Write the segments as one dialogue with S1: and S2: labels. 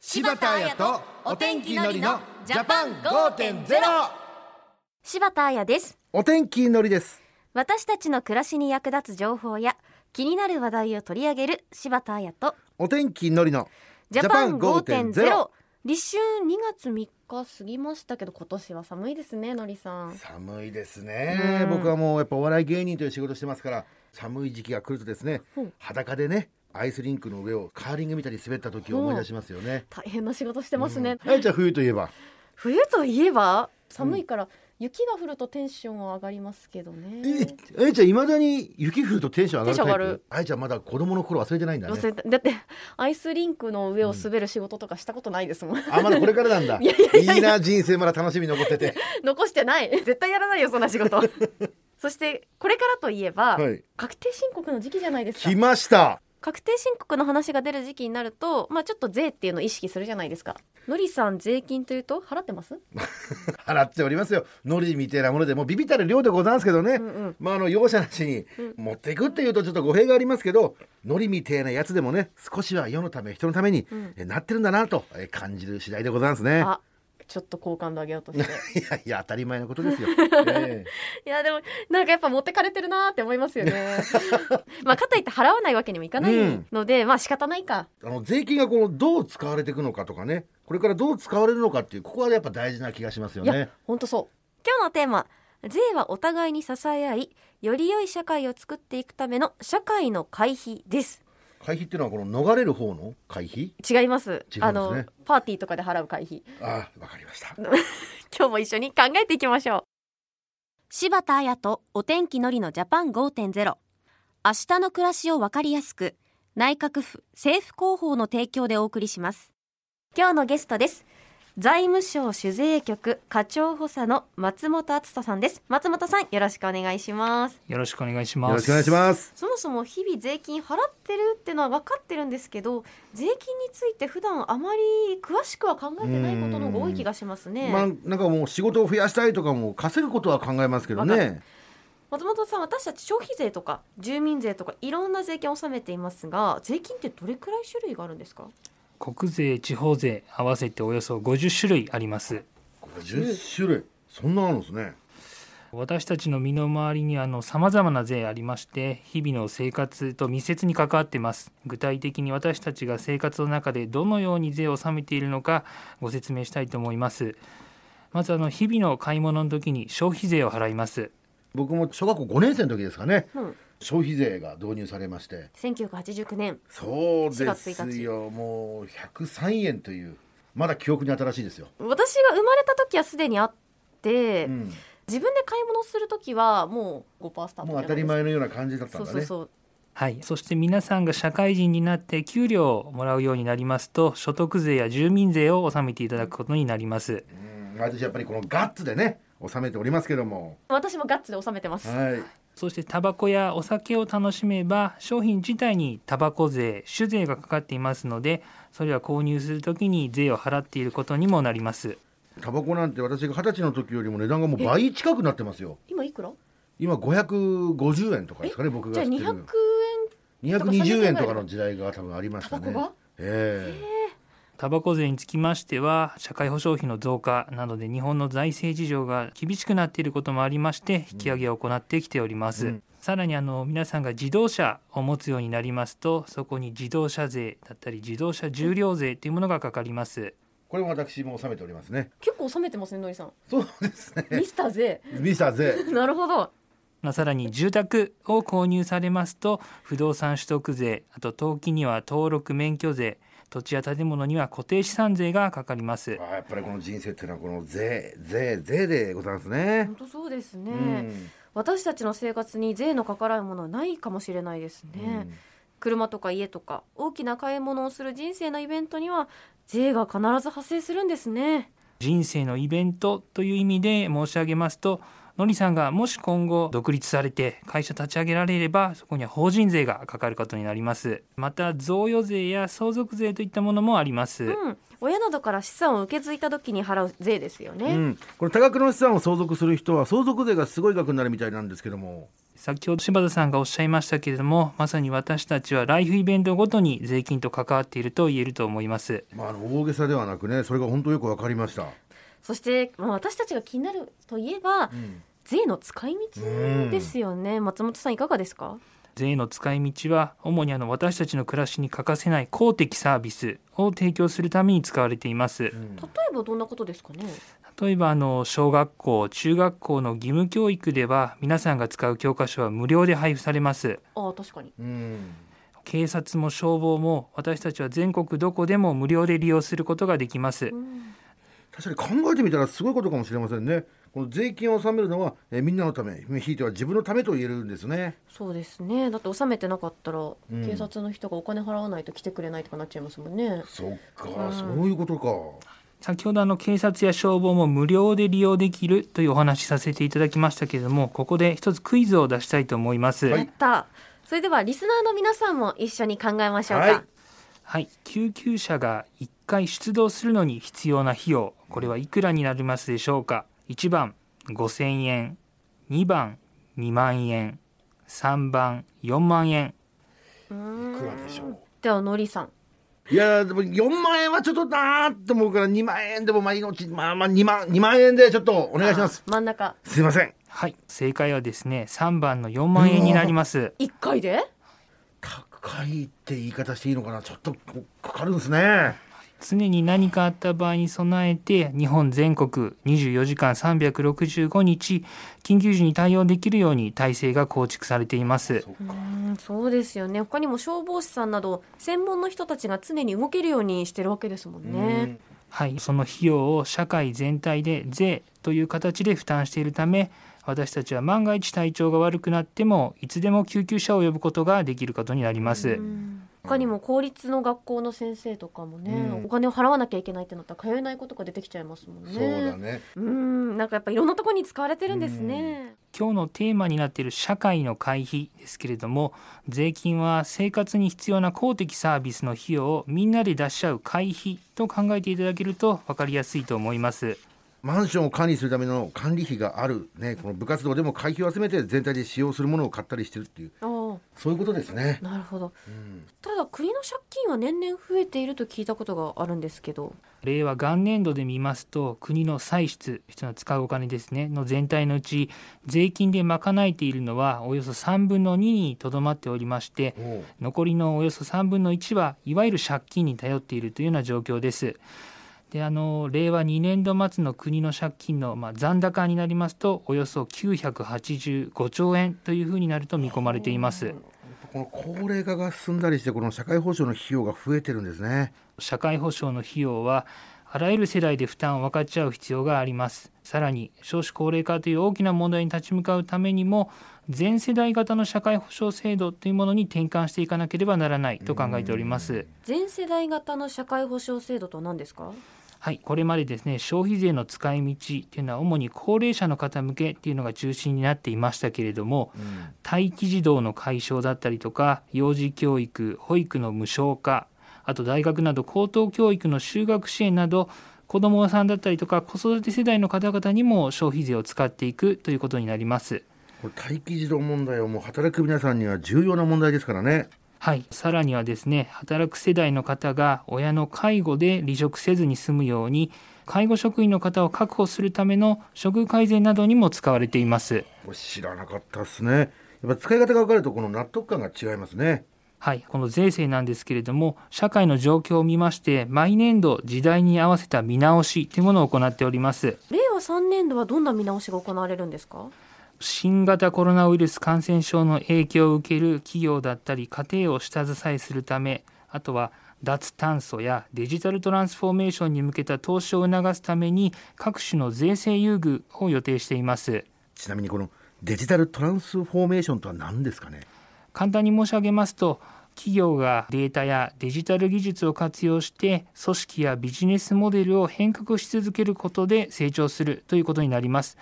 S1: 柴田彩とお天気のりのジャパン5.0
S2: 柴田彩です
S3: お天気のりです。
S2: 私たちの暮らしに役立つ情報や気になる話題を取り上げる柴田彩と
S3: お天気のりの
S2: ジャパン5.0
S3: 5.0
S2: 立春2月3日過ぎましたけど今年は寒いですねのりさん
S3: 寒いですね。僕はもうやっぱお笑い芸人という仕事してますから、寒い時期が来るとですね、裸でね、アイスリンクの上をカーリングみたいに滑った時を思い出しますよね。
S2: 大変な仕事してますね、
S3: あやちゃん冬といえば、
S2: 冬といえば寒いから雪が降るとテンションは上がりますけどね
S3: えあやちゃんいまだに雪降るとテンション上がるタイ
S2: テンション上が
S3: プ
S2: る。
S3: あやちゃんまだ子供の頃忘れてないんだね
S2: 忘。れただってアイスリンクの上を滑る仕事とかしたことないですもん、
S3: あまだこれからなんだ。
S2: いやいや
S3: いいな人生まだ楽しみ残ってて。
S2: 残してない絶対やらないよそんな仕 事そしてこれからといえば、
S3: はい
S2: 確定申告の時期じゃないですか
S3: 来ました。
S2: 確定申告の話が出る時期になるとまあちょっと税っていうのを意識するじゃないですかのりさん税金というと払ってます
S3: 払っておりますよ海苔みたいなものでもうビビたる量でございますけどね、まああの容赦なしに持っていくっていうとちょっと語弊がありますけど海苔みたいなやつでもね少しは世のため人のために、えなってるんだなとえ感じる次第でございますね
S2: あちょっと好感度上げようと して
S3: いやいや当たり前のことですよ、ええ
S2: いやでもなんかやっぱ持ってかれてるなーって思います よねまあかといって払わないわけにもいかないので、まあ仕方ないか
S3: あの税金がこのどう使われていくのかとかねこれからどう使われるのかっていうここはやっぱ大事な気がしますよ
S2: いや
S3: ね
S2: 本当そう今日のテーマ税はお互いに支え合いより良い社会を作っていくための社会の会費です
S3: 会費っていうのはこの逃れる方の会費
S2: 違います
S3: すね
S2: あのパーティーとかで払う会費
S3: ああわかりました
S2: 今日も一緒に考えていきましょう柴田彩とお天気のりのジャパン5.0明日の暮らしをわかりやすく内閣府政府広報の提供でお送りします今日のゲストです財務省酒税局課長補佐の松本敦人さんです松本さんよろしくお願いします
S4: よろしくお願いします。
S3: よろしくお願いします
S2: そもそも日々税金払ってるってのは分かってるんですけど税金について普段あまり詳しくは考えてないことの方が多い気がしますね
S3: まあ、なんかもう仕事を増やしたいとかも稼ぐことは考えますけど
S2: わか
S3: ね
S2: 松本さん私たち消費税とか住民税とかいろんな税金を納めていますが税金ってどれくらい種類があるんですか
S4: 国税、地方税合わせておよそ50種類あります。
S3: 50種類そんなあるんですね
S4: 私たちの身の回りにあの様々な税ありまして、日々の生活と密接に関わってます。具体的に私たちが生活の中でどのように税を納めているのかご説明したいと思います。まずあの日々の買い物の時に消費税を払います。
S3: 僕も小学校5年生の時ですかね、
S2: うん
S3: 消費税が導入されまして
S2: 1989年
S3: そうで
S2: 月
S3: す
S2: 1日
S3: よもう103円というまだ記憶に新しいですよ、
S2: 私が生まれた時はすでにあって、
S3: うん、
S2: 自分で買い物をする時はもう5%スタート
S3: もう当たり前のような感じだったん
S2: そ
S3: だ
S2: うそう
S3: ね
S2: そう
S4: はい、そして皆さんが社会人になって給料をもらうようになりますと所得税や住民税を納めていただくことになります
S3: うん毎年やっぱりこのガッツでね収めておりますけども
S2: 私もガッツで納めてます、
S3: はい
S4: そしてタバコやお酒を楽しめば商品自体にタバコ税酒税がかかっていますのでそれは購入するときに税を払っていることにもなります
S3: タバコなんて私が二十歳の時よりも値段がもう倍近くなってますよ
S2: 今いくら
S3: 今550円とかですかね僕
S2: じゃ
S3: が
S2: あ
S3: 知っ
S2: 200
S3: て
S2: 円
S3: る220円とかの時代が多分ありまし
S2: タ
S3: た
S2: バ
S3: ね
S2: コが
S3: ええ
S4: タバコ税につきましては社会保障費の増加などで日本の財政事情が厳しくなっていることもありまして引き上げを行ってきております、
S3: うん
S4: さらにあの皆さんが自動車を持つようになりますとそこに自動車税だったり自動車重量税というものがかかります
S3: これも私も収めておりますね。
S2: 結構納めてますねのりさん
S3: そうです ね。
S2: ミスター税
S3: ミサゼ。
S2: なるほど
S4: まあさらに住宅を購入されますと不動産取得税あと登記には登録免許税土地や建物には固定資産税がかかります
S3: ああ、やっぱりこの人生っていうのはこの税、税、税でございますね
S2: 本。当そうですね、
S3: うん
S2: 私たちの生活に税のかからないものはないかもしれないですね、
S3: うん
S2: 車とか家とか大きな買い物をする人生のイベントには税が必ず発生するんですね
S4: 人生のイベントという意味で申し上げますとのりさんがもし今後独立されて会社立ち上げられればそこには法人税がかかることになりますまた贈与税や相続税といったものもあります、
S2: うん、親などから資産を受け継いだ時に払う税ですよね、
S3: うん、この多額の資産を相続する人は相続税がすごい額になるみたいなんですけども
S4: 先ほど柴田さんがおっしゃいましたけれどもまさに私たちはライフイベントごとに税金と関わっていると言えると思います
S3: まあ、あの大げさではなくねそれが本当よくわかりました、
S2: そして、まあ、私たちが気になるといえば、税の使い道ですよね、松本さんいかがですか
S4: 税の使い道は主にあの私たちの暮らしに欠かせない公的サービスを提供するために使われています
S2: 例えばどんなことですかね
S4: 例えばあの小学校中学校の義務教育では皆さんが使う教科書は無料で配布されます
S2: ああ確かに
S3: うん
S4: 警察も消防も私たちは全国どこでも無料で利用することができます
S3: 確かに考えてみたらすごいことかもしれませんねこの税金を納めるのは、えーみんなのためひいては自分のためと言えるんですね
S2: そうですねだって納めてなかったら、
S3: ん
S2: 警察の人がお金払わないと来てくれないとかなっちゃいますもんね
S3: そっか、そういうことか
S4: 先ほどあの警察や消防も無料で利用できるというお話しさせていただきましたけれどもここで一つクイズを出したいと思います
S3: は
S2: やっ
S3: い
S2: たそれではリスナーの皆さんも一緒に考えましょうか、
S3: はい
S4: はい、救急車が1回出動するのに必要な費用これはいくらになりますでしょうか1番5000円2番2万円3番4万円
S3: いくらでしょう
S2: ではのりさん
S3: いやーでも4万円はちょっとなーって思うから2万円でもまあ命まあまあ2万2万円でちょっとお願いします
S2: 真ん中
S3: すいません
S4: はい正解はですね3番の4万円になります
S2: 一回で
S3: 高いって言い方していいのかなちょっとかかるんですね
S4: 常に何かあった場合に備えて日本全国24時間365日緊急時に対応できるように体制が構築されています
S2: うんそうですよね他にも消防士さんなど専門の人たちが常に動けるようにしてるわけですもんね
S4: はい、その費用を社会全体で税という形で負担しているため私たちは万が一体調が悪くなってもいつでも救急車を呼ぶことができることになります
S2: うん他にも公立の学校の先生とかもね、
S3: うん
S2: お金を払わなきゃいけないってなったら通えないことが出てきちゃいますもんね
S3: そうだね
S2: うんなんかやっぱいろんなところに使われてるんですね、
S4: 今日のテーマになっている社会の会費ですけれども税金は生活に必要な公的サービスの費用をみんなで出し合う会費と考えていただけると分かりやすいと思います
S3: マンションを管理するための管理費がある、ね、この部活動でも会費を集めて全体で使用するものを買ったりしてるっていう
S2: あ
S3: そういうことですね
S2: あ、なるほど、ただ国の借金は年々増えていると聞いたことがあるんですけど
S4: 令和元年度で見ますと国の歳出人の使うお金ですねの全体のうち税金で賄えているのはおよそ3分の2にとどまっておりまして
S3: おう
S4: 残りのおよそ3分の1はいわゆる借金に頼っているというような状況です。であの令和2年度末の国の借金の、まあ、残高になりますとおよそ985兆円というふうになると見込まれています。
S3: この高齢化が進んだりしてこの社会保障の費用が増えてるんですね
S4: 社会保障の費用はあらゆる世代で負担を分かち合う必要がありますさらに少子高齢化という大きな問題に立ち向かうためにも全世代型の社会保障制度というものに転換していかなければならないと考えております
S2: 全世代型の社会保障制度とは何ですか
S4: はい、これまでですね消費税の使い道というのは主に高齢者の方向けというのが中心になっていましたけれども、待機児童の解消だったりとか幼児教育保育の無償化あと大学など高等教育の就学支援など子どもさんだったりとか子育て世代の方々にも消費税を使っていくということになります。
S3: これ待機児童問題はもう働く皆さんには重要な問題ですからね
S4: はい、さらにはですね働く世代の方が親の介護で離職せずに済むように介護職員の方を確保するための処遇改善などにも使われています。
S3: これ知らなかったですねやっぱ使い方が分かるとこの納得感が違いますね
S4: はい、この税制なんですけれども社会の状況を見まして毎年度時代に合わせた見直しというものを行っております。
S2: 令和3年度はどんな見直しが行われるんですか
S4: 新型コロナウイルス感染症の影響を受ける企業だったり家庭を下支えするためあとは脱炭素やデジタルトランスフォーメーションに向けた投資を促すために各種の税制優遇を予定しています
S3: ちなみにこのデジタルトランスフォーメーションとは何ですかね
S4: 簡単に申し上げますと企業がデータやデジタル技術を活用して組織やビジネスモデルを変革し続けることで成長するということになります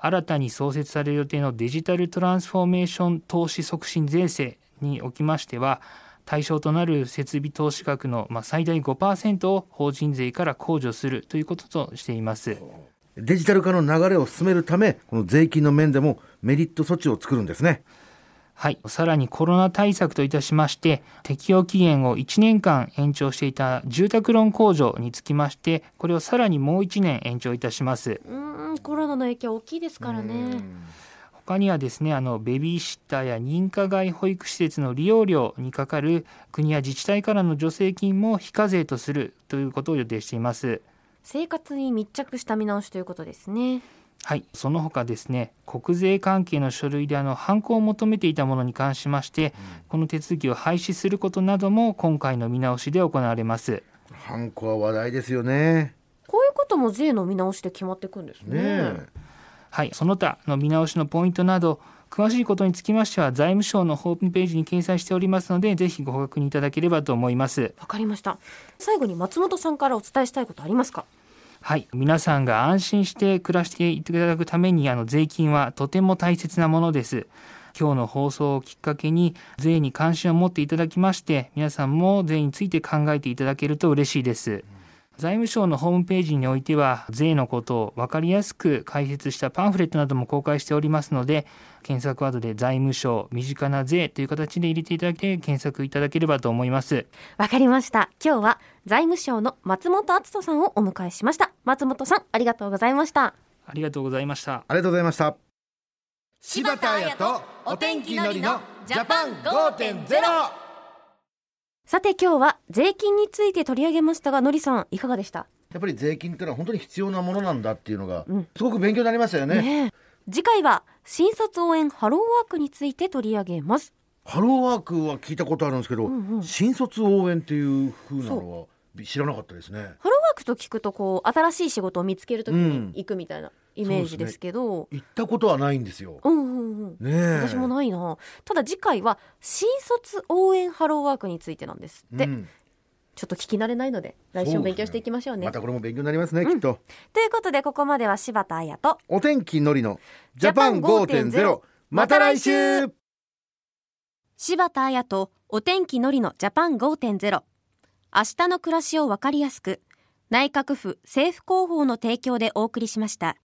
S4: 新たに創設される予定のデジタルトランスフォーメーション投資促進税制におきましては対象となる設備投資額のまあ最大5%を法人税から控除するということとしています。
S3: デジタル化の流れを進めるため、この税金の面でもメリット措置を作るんですね。
S4: はい、さらにコロナ対策といたしまして適用期限を1年間延長していた住宅ローン控除につきましてこれをさらにもう1年延長いたします
S2: うーんコロナの影響大きいですからね
S4: 他にはですねあのベビーシッターや認可外保育施設の利用料にかかる国や自治体からの助成金も非課税とするということを予定しています
S2: 生活に密着した見直しということですね
S4: はい、その他ですね国税関係の書類であの犯行を求めていたものに関しまして、この手続きを廃止することなども今回の見直しで行われます
S3: ハンコは話題ですよね。
S2: こういうことも税の見直しで決まっていくんです
S3: ね
S2: ね
S3: え。
S4: はい、その他の見直しのポイントなど詳しいことにつきましては財務省のホームページに掲載しておりますのでぜひご確認いただければと思います
S2: わかりました最後に松本さんからお伝えしたいことありますか
S4: はい、皆さんが安心して暮らしていただくためにあの税金はとても大切なものです。今日の放送をきっかけに税に関心を持っていただきまして皆さんも税について考えていただけると嬉しいです。財務省のホームページにおいては税のことを分かりやすく解説したパンフレットなども公開しておりますので検索ワードで財務省身近な税という形で入れていただいて検索いただければと思います。
S2: わかりました今日は財務省の松本敦人さんをお迎えしました松本さんありがとうございました
S4: ありがとうございました。
S3: ありがとうございました。
S1: 柴田彩とお天気のりのジャパン5.0
S2: さて今日は税金について取り上げましたがのりさんいかがでした
S3: やっぱり税金ってのは本当に必要なものなんだっていうのが、
S2: うん
S3: すごく勉強になりましたよね
S2: ねえ次回は新卒応援ハローワークについて取り上げます
S3: ハローワークは聞いたことあるんですけど、
S2: んうん
S3: 新卒応援っていう風なのはび知らなかったですね
S2: ハローワークと聞くとこう新しい仕事を見つけるとき
S3: う
S2: に
S3: ん
S2: 行くみたいなイメージですけど
S3: 行ったことはないんですよ
S2: う,、んうんうん
S3: ねえ
S2: 私もないなただ次回は新卒応援ハローワークについてなんですって、
S3: うん
S2: ちょっと聞き慣れないので来週も勉強していきましょうね
S3: またこれも勉強になりますね、きっと
S2: ということでここまでは柴田彩と
S3: お天気のりのジ
S2: ジ
S3: ャ
S2: ャ
S3: パ
S2: パ
S3: ン
S2: ン
S3: 5.0
S2: 5.0
S3: また来週
S2: 柴田彩とお天気のりのジャパン5.0明日の暮らしをわかりやすく内閣府政府広報の提供でお送りしました